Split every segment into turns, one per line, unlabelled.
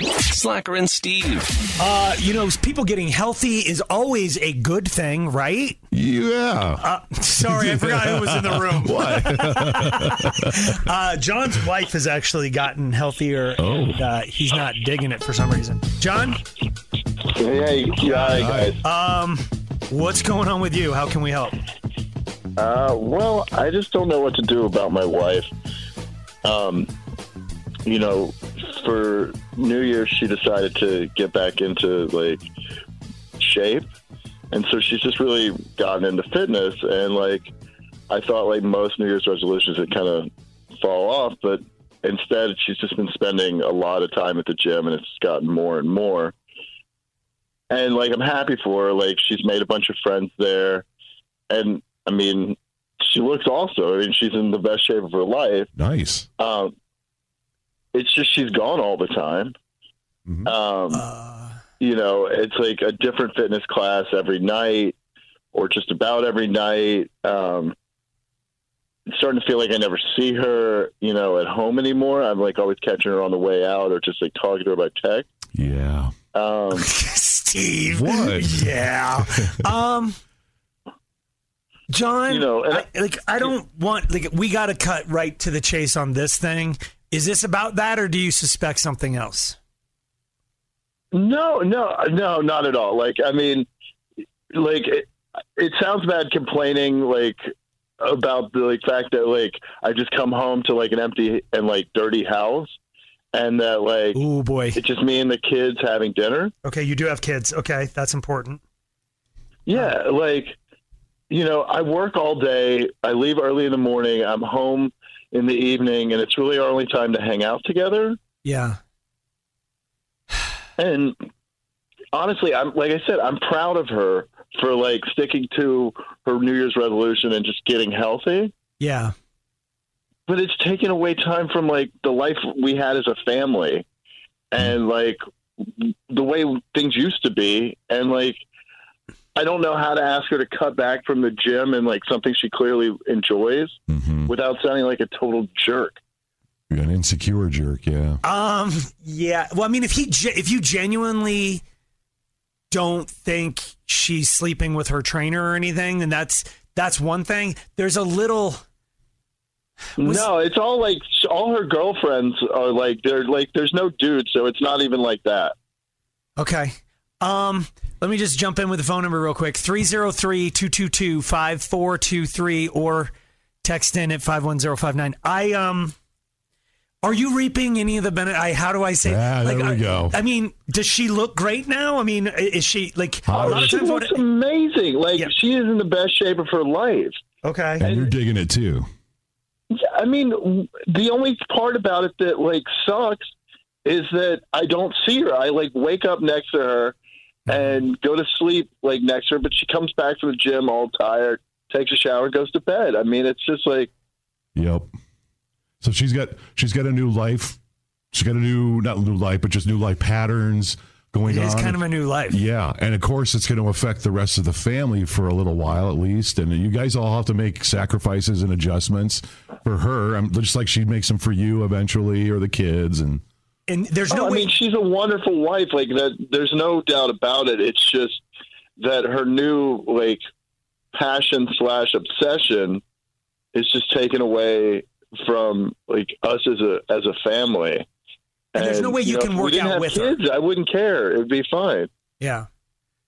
Slacker and Steve.
Uh, you know, people getting healthy is always a good thing, right?
Yeah.
Uh, sorry, I forgot who was in the room.
what?
Uh, John's wife has actually gotten healthier.
Oh.
and, uh, he's not digging it for some reason. John,
Hey, yeah, guys.
um, what's going on with you? How can we help?
Uh, well, I just don't know what to do about my wife. Um, you know, for New Year's, she decided to get back into like shape, and so she's just really gotten into fitness. And like, I thought like most New Year's resolutions would kind of fall off, but instead, she's just been spending a lot of time at the gym, and it's gotten more and more. And like, I'm happy for her. Like, she's made a bunch of friends there, and I mean, she looks also. I mean, she's in the best shape of her life.
Nice.
Um, it's just she's gone all the time.
Mhm.
Um, you know, it's like a different fitness class every night, or just about every night. Um, it's starting to feel like I never see her, you know, at home anymore. I'm like always catching her on the way out, or just like talking to her by text.
Yeah.
Um,
Steve.
What?
Yeah. Um, John,
You know, and
I, like I don't want like we got to cut right to the chase on this thing. Is this about that, or do you suspect something else?
No, no, no, not at all. Like, I mean, like it, it sounds bad complaining, like about the like fact that like I just come home to like an empty and like dirty house, and that like
Oh boy.
it's just me and the kids having dinner.
Okay, you do have kids. Okay, that's important.
Yeah, like you know, I work all day. I leave early in the morning. I'm home in the evening, and it's really our only time to hang out together.
Yeah.
And honestly, I'm like I said, I'm proud of her for like sticking to her New Year's resolution and just getting healthy.
Yeah.
But it's taken away time from like the life we had as a family, and like the way things used to be, and like. I don't know how to ask her to cut back from the gym and like something she clearly enjoys
Mm-hmm.
without sounding like a total jerk.
An insecure jerk. Yeah.
Um yeah. Well, I mean if he ge- if you genuinely don't think she's sleeping with her trainer or anything, then that's that's one thing. There's a little Was-
no, it's all like all her girlfriends are like they're like there's no dude, so it's not even like that.
Okay. Um let me just jump in with the phone number real quick. 303-222-5423 or text in at 51059. I um are you reaping any of the benefit? I how do I say?
Ah, there
I,
we go.
I mean, does she look great now? I mean, i- is she like a lot of
she
times?
looks
what-
amazing. Like
Yeah.
she is in the best shape of her life.
okay.
And you're digging it too.
I mean, w- the only part about it that like sucks is that I don't see her. I like wake up next to her and
Mm-hmm.
go to sleep like next to her, but she comes back from the gym all tired, takes a shower, goes to bed. I mean, it's just like
Yep. So she's got she's got a new life. She's got a new not new life, but just new life patterns going
It
on.
is kind of a new life.
yeah, and of course it's going to affect the rest of the family for a little while at least, and you guys all have to make sacrifices and adjustments for her. I'm just like she makes them for you eventually, or the kids, and
And there's
Oh,
no
I
way.
mean, she's a wonderful wife. Like that, there's no doubt about it. It's just that her new like passion slash obsession is just taking away from like us as a as a family.
And there's no way you
know,
can
if we
work
didn't
out
have
with her.
kids, I wouldn't care. It would be fine.
Yeah.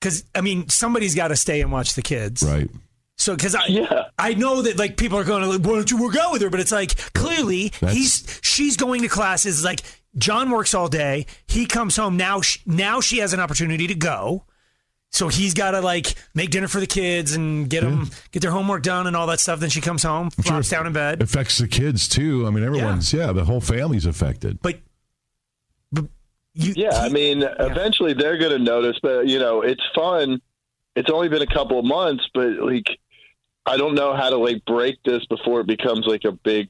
Because, I mean, somebody's got to stay and watch the kids.
Right.
So, because I,
Yeah.
I know that like people are going to like, why don't you work out with her? But it's like clearly
That's-
he's she's going to classes. Like John works all day. He comes home now. She, now she has an opportunity to go. So he's got to like make dinner for the kids and get them get their homework done and all that stuff. Then she comes home, flops down in bed.
Affects the kids too. I mean, everyone's yeah, the whole family's affected.
but, but you,
Yeah, I
he-
mean, eventually they're going to notice, but you know, it's fun. It's only been a couple of months, but like, I don't know how to like break this before it becomes like a big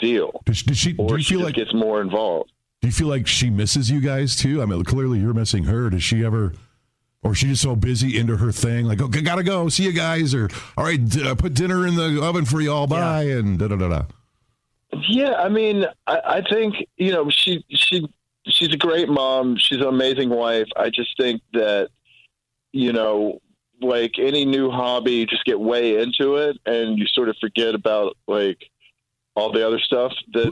deal,
Does, does she? Do
or
you
she
feel
just
like?
gets more involved.
Do you feel like she misses you guys too? I mean, clearly you're missing her. Does she ever? Or is she just so busy into her thing, like, okay, gotta go, see you guys, or all right, d- uh, put dinner in the oven for y'all, bye, and da da da da.
Yeah, I mean, I, I think you know she she she's a great mom. She's an amazing wife. I just think that you know, like any new hobby, you just get way into it and you sort of forget about like all the other stuff that's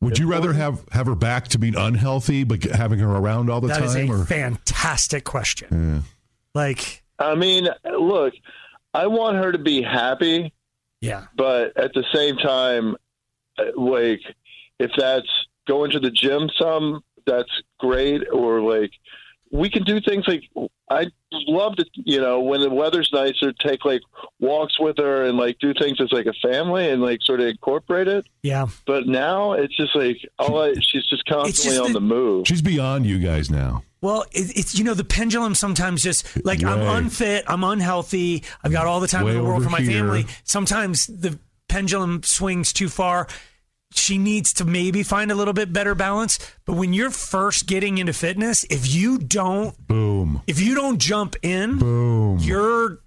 Would you rather have have her back to being unhealthy, but having her around all the
that is
time,
a
or
fantastic question.
Yeah.
Like,
I mean, look, I want her to be happy,
yeah,
but at the same time, uh, like, if that's going to the gym some, that's great. Or, like, we can do things like I love to, you know, when the weather's nicer, take like walks with her and like do things as like a family and like sort of incorporate it.
yeah.
But now it's just like, all I, she's just constantly
just
on
the-
the move.
she's beyond you guys now?
Well, it, it's you know the pendulum sometimes just like I'm
Right.
unfit, I'm unhealthy, I've got all the time
Way
in the world
over
for my
here.
family. Sometimes the pendulum swings too far. She needs to maybe find a little bit better balance. But when you're first getting into fitness, if you don't
Boom,
if you don't jump in,
boom.
you're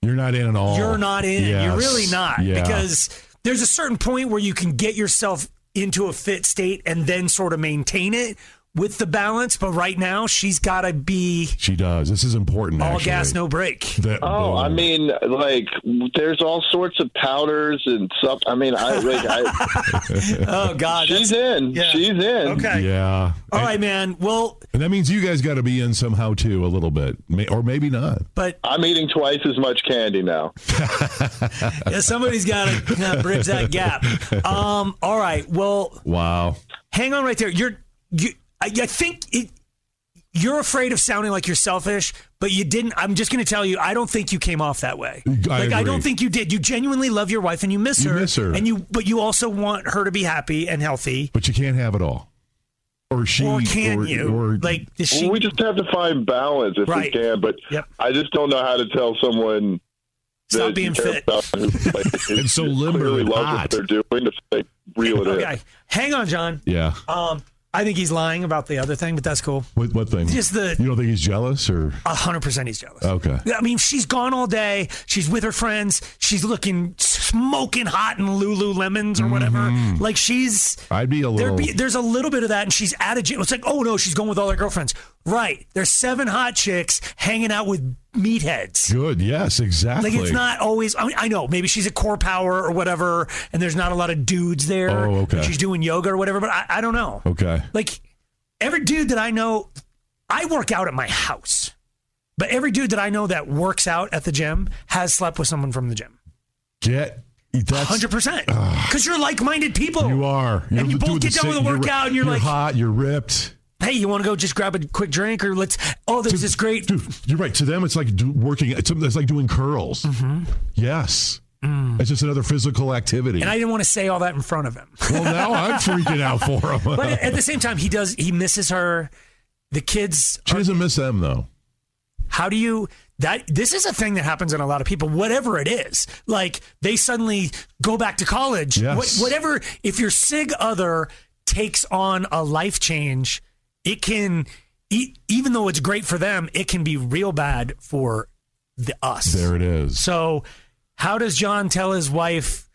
You're not in at all.
you're not in. You're
Yes.
really not
Yeah.
because there's a certain point where you can get yourself into a fit state and then sort of maintain it with the balance. But right now, she's got to be
she does. This is important.
all
actually.
gas, no break.
That-
Oh, I
boom.
mean, like there's all sorts of powders and stuff. I mean, I like I,
Oh God,
she's
that's,
in,
yeah. Oh,
she's in.
okay.
yeah.
All right, man. Well,
And that means you guys got to be in somehow too, a little bit, May, or maybe not.
but
I'm eating twice as much candy now.
yeah, somebody's got to bridge that gap. Um, all right. Well,
Wow.
hang on right there. You're you. I, I think it. You're afraid of sounding like you're selfish, but you didn't. I'm just going to tell you, I don't think you came off that way.
I
like I
agree.
don't think you did. You genuinely love your wife and you miss
You
her,
miss her.
and you, but you also want her to be happy and healthy.
But you can't have it all. Or she.
Or can
or-
you?
Or,
like, does she?
Well, we just have to find balance if
Right.
we can. But
Yep.
I just don't know how to tell someone
Stop
that
being
you care
fit.
about them who, like,
And so
is
limber
clearly
and
loves
hot.
what they're doing to like, reel it in.
okay, hang on, John.
Yeah.
Um, I think he's lying about the other thing, but that's cool.
What, what thing?
Just the
you don't think he's jealous or?
A hundred percent, he's jealous.
Okay.
I mean, she's gone all day. She's with her friends. She's looking smoking hot in Lululemons or whatever.
Mm-hmm.
Like she's
I'd be a
there.
little.
Be, there's a little bit of that, and she's at a gym. It's like, oh no, she's going with all her girlfriends. Right? There's seven hot chicks hanging out with meatheads.
good. Yes, exactly.
Like it's not always. I, mean, I know maybe she's at Core Power or whatever, and there's not a lot of dudes there.
Oh, okay.
and she's doing yoga or whatever, but I, I don't know.
Okay.
Like every dude that I know, I work out at my house, but every dude that I know that works out at the gym has slept with someone from the gym.
Get. That's,
Hundred percent, because you're like-minded people.
You are. You're
you both
doing
get done with
same-
the
you're-
workout and you're like-
hot, you're ripped.
Hey, you want to go just grab a quick drink, or let's? Oh, there's this great.
Dude, you're right. To them, it's like do, working. It's, it's like doing curls.
Mm-hmm.
Yes. It's just another physical activity.
Mm. And I didn't want to say all that in front of him,
well, now I'm freaking out for them.
but at the same time, he does. He misses her. The kids.
she doesn't miss them though.
How do you? That this is a thing that happens in a lot of people, whatever it is. Like they suddenly go back to college.
Yes.
What- whatever. If your sig other takes on a life change, it can. E- even though it's great for them, it can be real bad for the us.
There it is.
So, how does John tell his wife,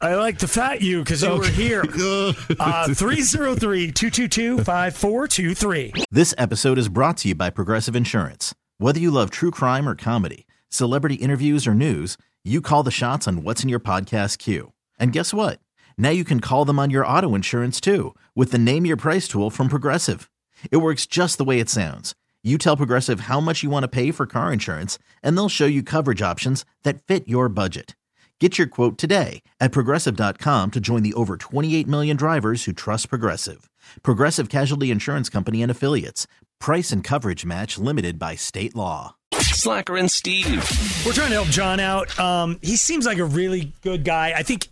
I like to fat you because you were here? Uh, 303 222 5423.
This episode is brought to you by Progressive Insurance. Whether you love true crime or comedy, celebrity interviews or news, you call the shots on what's in your podcast queue. And guess what? Now you can call them on your auto insurance too with the Name Your Price tool from Progressive. It works just the way it sounds. You tell Progressive how much you want to pay for car insurance, and they'll show you coverage options that fit your budget. Get your quote today at progressive.com to join the over 28 million drivers who trust Progressive. Progressive Casualty Insurance Company and Affiliates. Price and coverage match limited by state law.
Slacker and Steve.
We're trying to help John out. Um, he seems like a really good guy. I think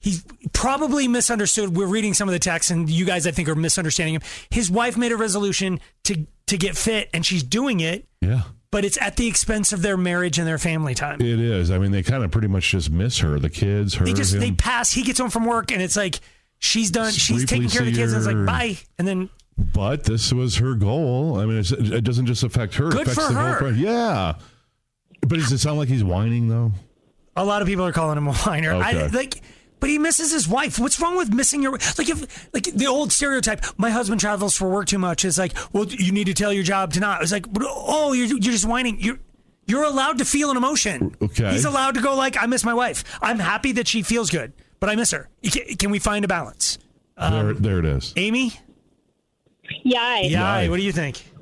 he probably misunderstood. We're reading some of the text, and you guys, I think, are misunderstanding him. His wife made a resolution to to get fit, and she's doing it,
Yeah.
but it's at the expense of their marriage and their family time.
It is. I mean, they kind of pretty much just miss her. The kids, her,
They just
him.
they pass. He gets home from work, and it's like she's done. She's
Briefly
taking care of the
see
kids, and it's
her.
like bye, and then
But this was her goal. I mean, it's, it doesn't just affect her.
Good
it affects
for
the
her.
Whole, pro- yeah. But does it sound like he's whining though?
A lot of people are calling him a whiner. I,
Okay.
like, but he misses his wife. What's wrong with missing your like? If like the old stereotype, my husband travels for work too much. Is like, well, you need to tell your job to not. It's like, but, oh, you're you're just whining. You're you're allowed to feel an emotion.
Okay.
he's allowed to go like, I miss my wife. I'm happy that she feels good, but I miss her. You ca- Can we find a balance?
there,
Um,
there it is.
Amy,
Yeah.
yeah. What do you think?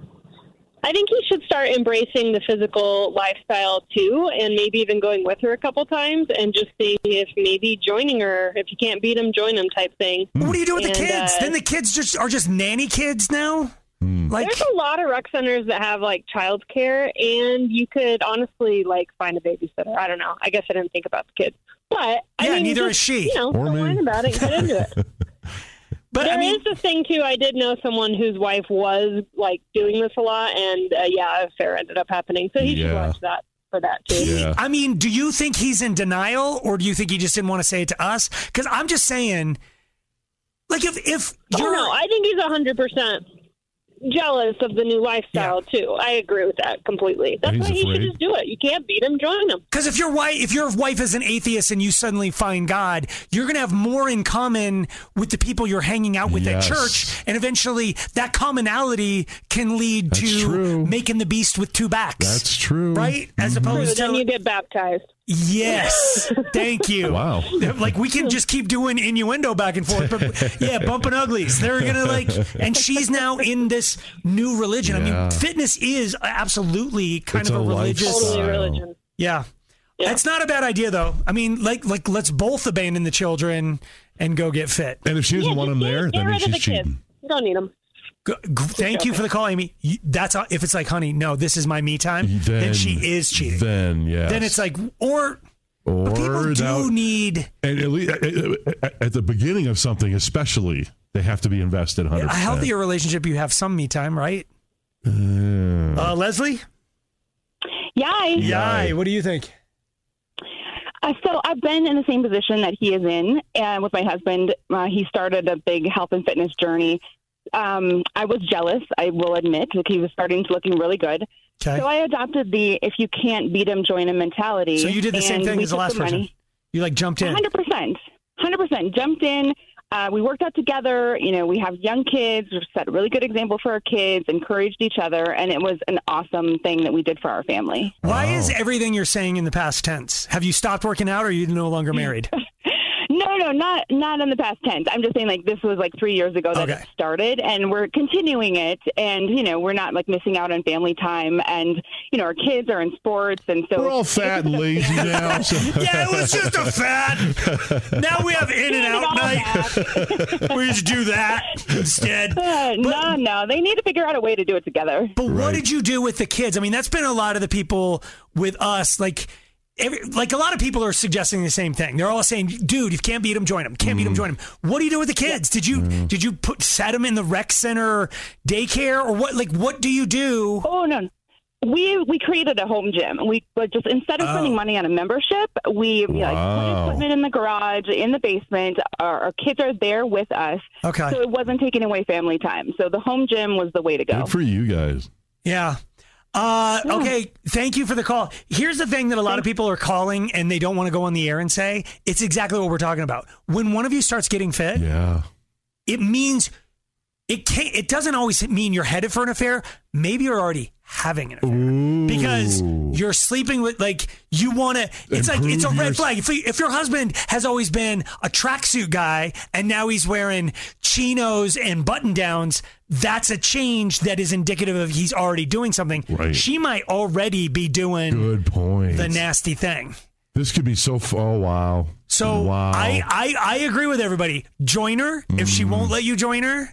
I think he should start embracing the physical lifestyle too, and maybe even going with her a couple times and just seeing if maybe joining her, if you can't beat him, join him type thing.
Hmm.
What do you do with the
And,
kids?
uh,
then the kids just are just nanny kids now.
Hmm.
Like,
There's a lot of rec centers that have like childcare, and you could honestly like find a babysitter. I don't know. I guess I didn't think about the kids, but I
Yeah,
mean,
neither
just,
is she.
You know,
Or
don't
me.
whine about it. Get into it.
but
There is
I mean,
the thing too. I did know someone whose wife was like doing this a lot, and uh, yeah, a affair ended up happening. So he should
Yeah.
watch that for that too.
Yeah.
I mean, do you think he's in denial or do you think he just didn't want to say it to us? Because I'm just saying, like, if, if
Oh,
you're.
no, I think he's hundred percent jealous of the new lifestyle too. I agree with that completely. That's
he's
why he should
afraid.
just do it. You can't beat him, join him.
because if your wife, if your wife is an atheist and you suddenly find God, you're going to have more in common with the people you're hanging out with
Yes.
at church, and eventually that commonality can lead
That's
to
true.
making the beast with two backs.
That's true. Mm-hmm.
right, as
True,
opposed
then you
to
get baptized.
yes, thank you.
Wow.
like we can just keep doing innuendo back and forth but yeah bumping uglies they're gonna like and she's now in this new religion i
Yeah.
mean fitness is absolutely kind
It's
of a,
a
religious
lifestyle.
Totally
Wow.
religion.
yeah.
Yeah.
it's not a bad idea though i mean like like let's both abandon the children and go get fit
And if she doesn't
Yeah,
want
just
him
get-
there,
get
then
rid of
she's
the kids.
cheating.
You don't need them.
G- g- thank you for the call amy You- that's all- if it's like honey no this is my me time then, she is cheating then,
Then yeah.
it's like or
or
but people do
that-
need
and at, least, at the beginning of something, especially, they have to be invested. Hundred.
a healthier relationship you have some me time right uh, leslie
Yay.
yeah what do you think
Uh, so I've been in the same position that he is in and with my husband. Uh, he started a big health and fitness journey. Um, I was jealous, I will admit, because he was starting to looking really good.
okay
So I adopted the if you can't beat him, join him mentality.
So you did the same
and
thing
we
as the
took
last person.
money.
You like jumped in.
100%. 100%. Jumped in. Uh, we worked out together. You know, we have young kids. We set a really good example for our kids, encouraged each other, and it was an awesome thing that we did for our family.
Why
Wow.
is everything you're saying in the past tense? Have you stopped working out or are you no longer married?
No, no, not not in the past tense. I'm just saying like this was like three years ago that
Okay.
it started, and we're continuing it, and you know we're not like missing out on family time, and you know our kids are in sports, and so
We're all fat and lazy now. so-
yeah, it was just a fad. Now we have in and out night. we just do that instead.
Uh, no, no, they need to figure out a way to do it together.
But what did you do with the kids? I mean, that's been a lot of the people with us. Like, every, like a lot of people are suggesting the same thing. They're all saying, "Dude, you can't beat him. Join him. Can't beat him. Join him." What do you do with the kids? Did you did you put set them in the rec center, daycare, or what? Like, what do you do?
Oh no. We we created a home gym. We but just instead of spending money on a membership, we
Oh. Wow.
like, put equipment in the garage, in the basement. Our, our kids are there with us,
Okay.
so it wasn't taking away family time. So the home gym was the way to go.
Good for you guys.
Yeah. Uh, okay. Thank you for the call. Here's the thing that a lot of people are calling and they don't want to go on the air and say it's exactly what we're talking about. When one of you starts getting fit,
Yeah.
it means it can't. It doesn't always mean you're headed for an affair. Maybe you're already having an affair because because
Ooh.
you're sleeping with like you want to. It's like it's a
Improve your-
red flag. If, if your husband has always been a tracksuit guy and now he's wearing chinos and button downs, that's a change that is indicative of he's already doing something.
Right.
She might already be doing
Good point.
the nasty thing.
this could be so. F- oh wow.
So
wow.
I, I I agree with everybody. Join her if she won't let you join her.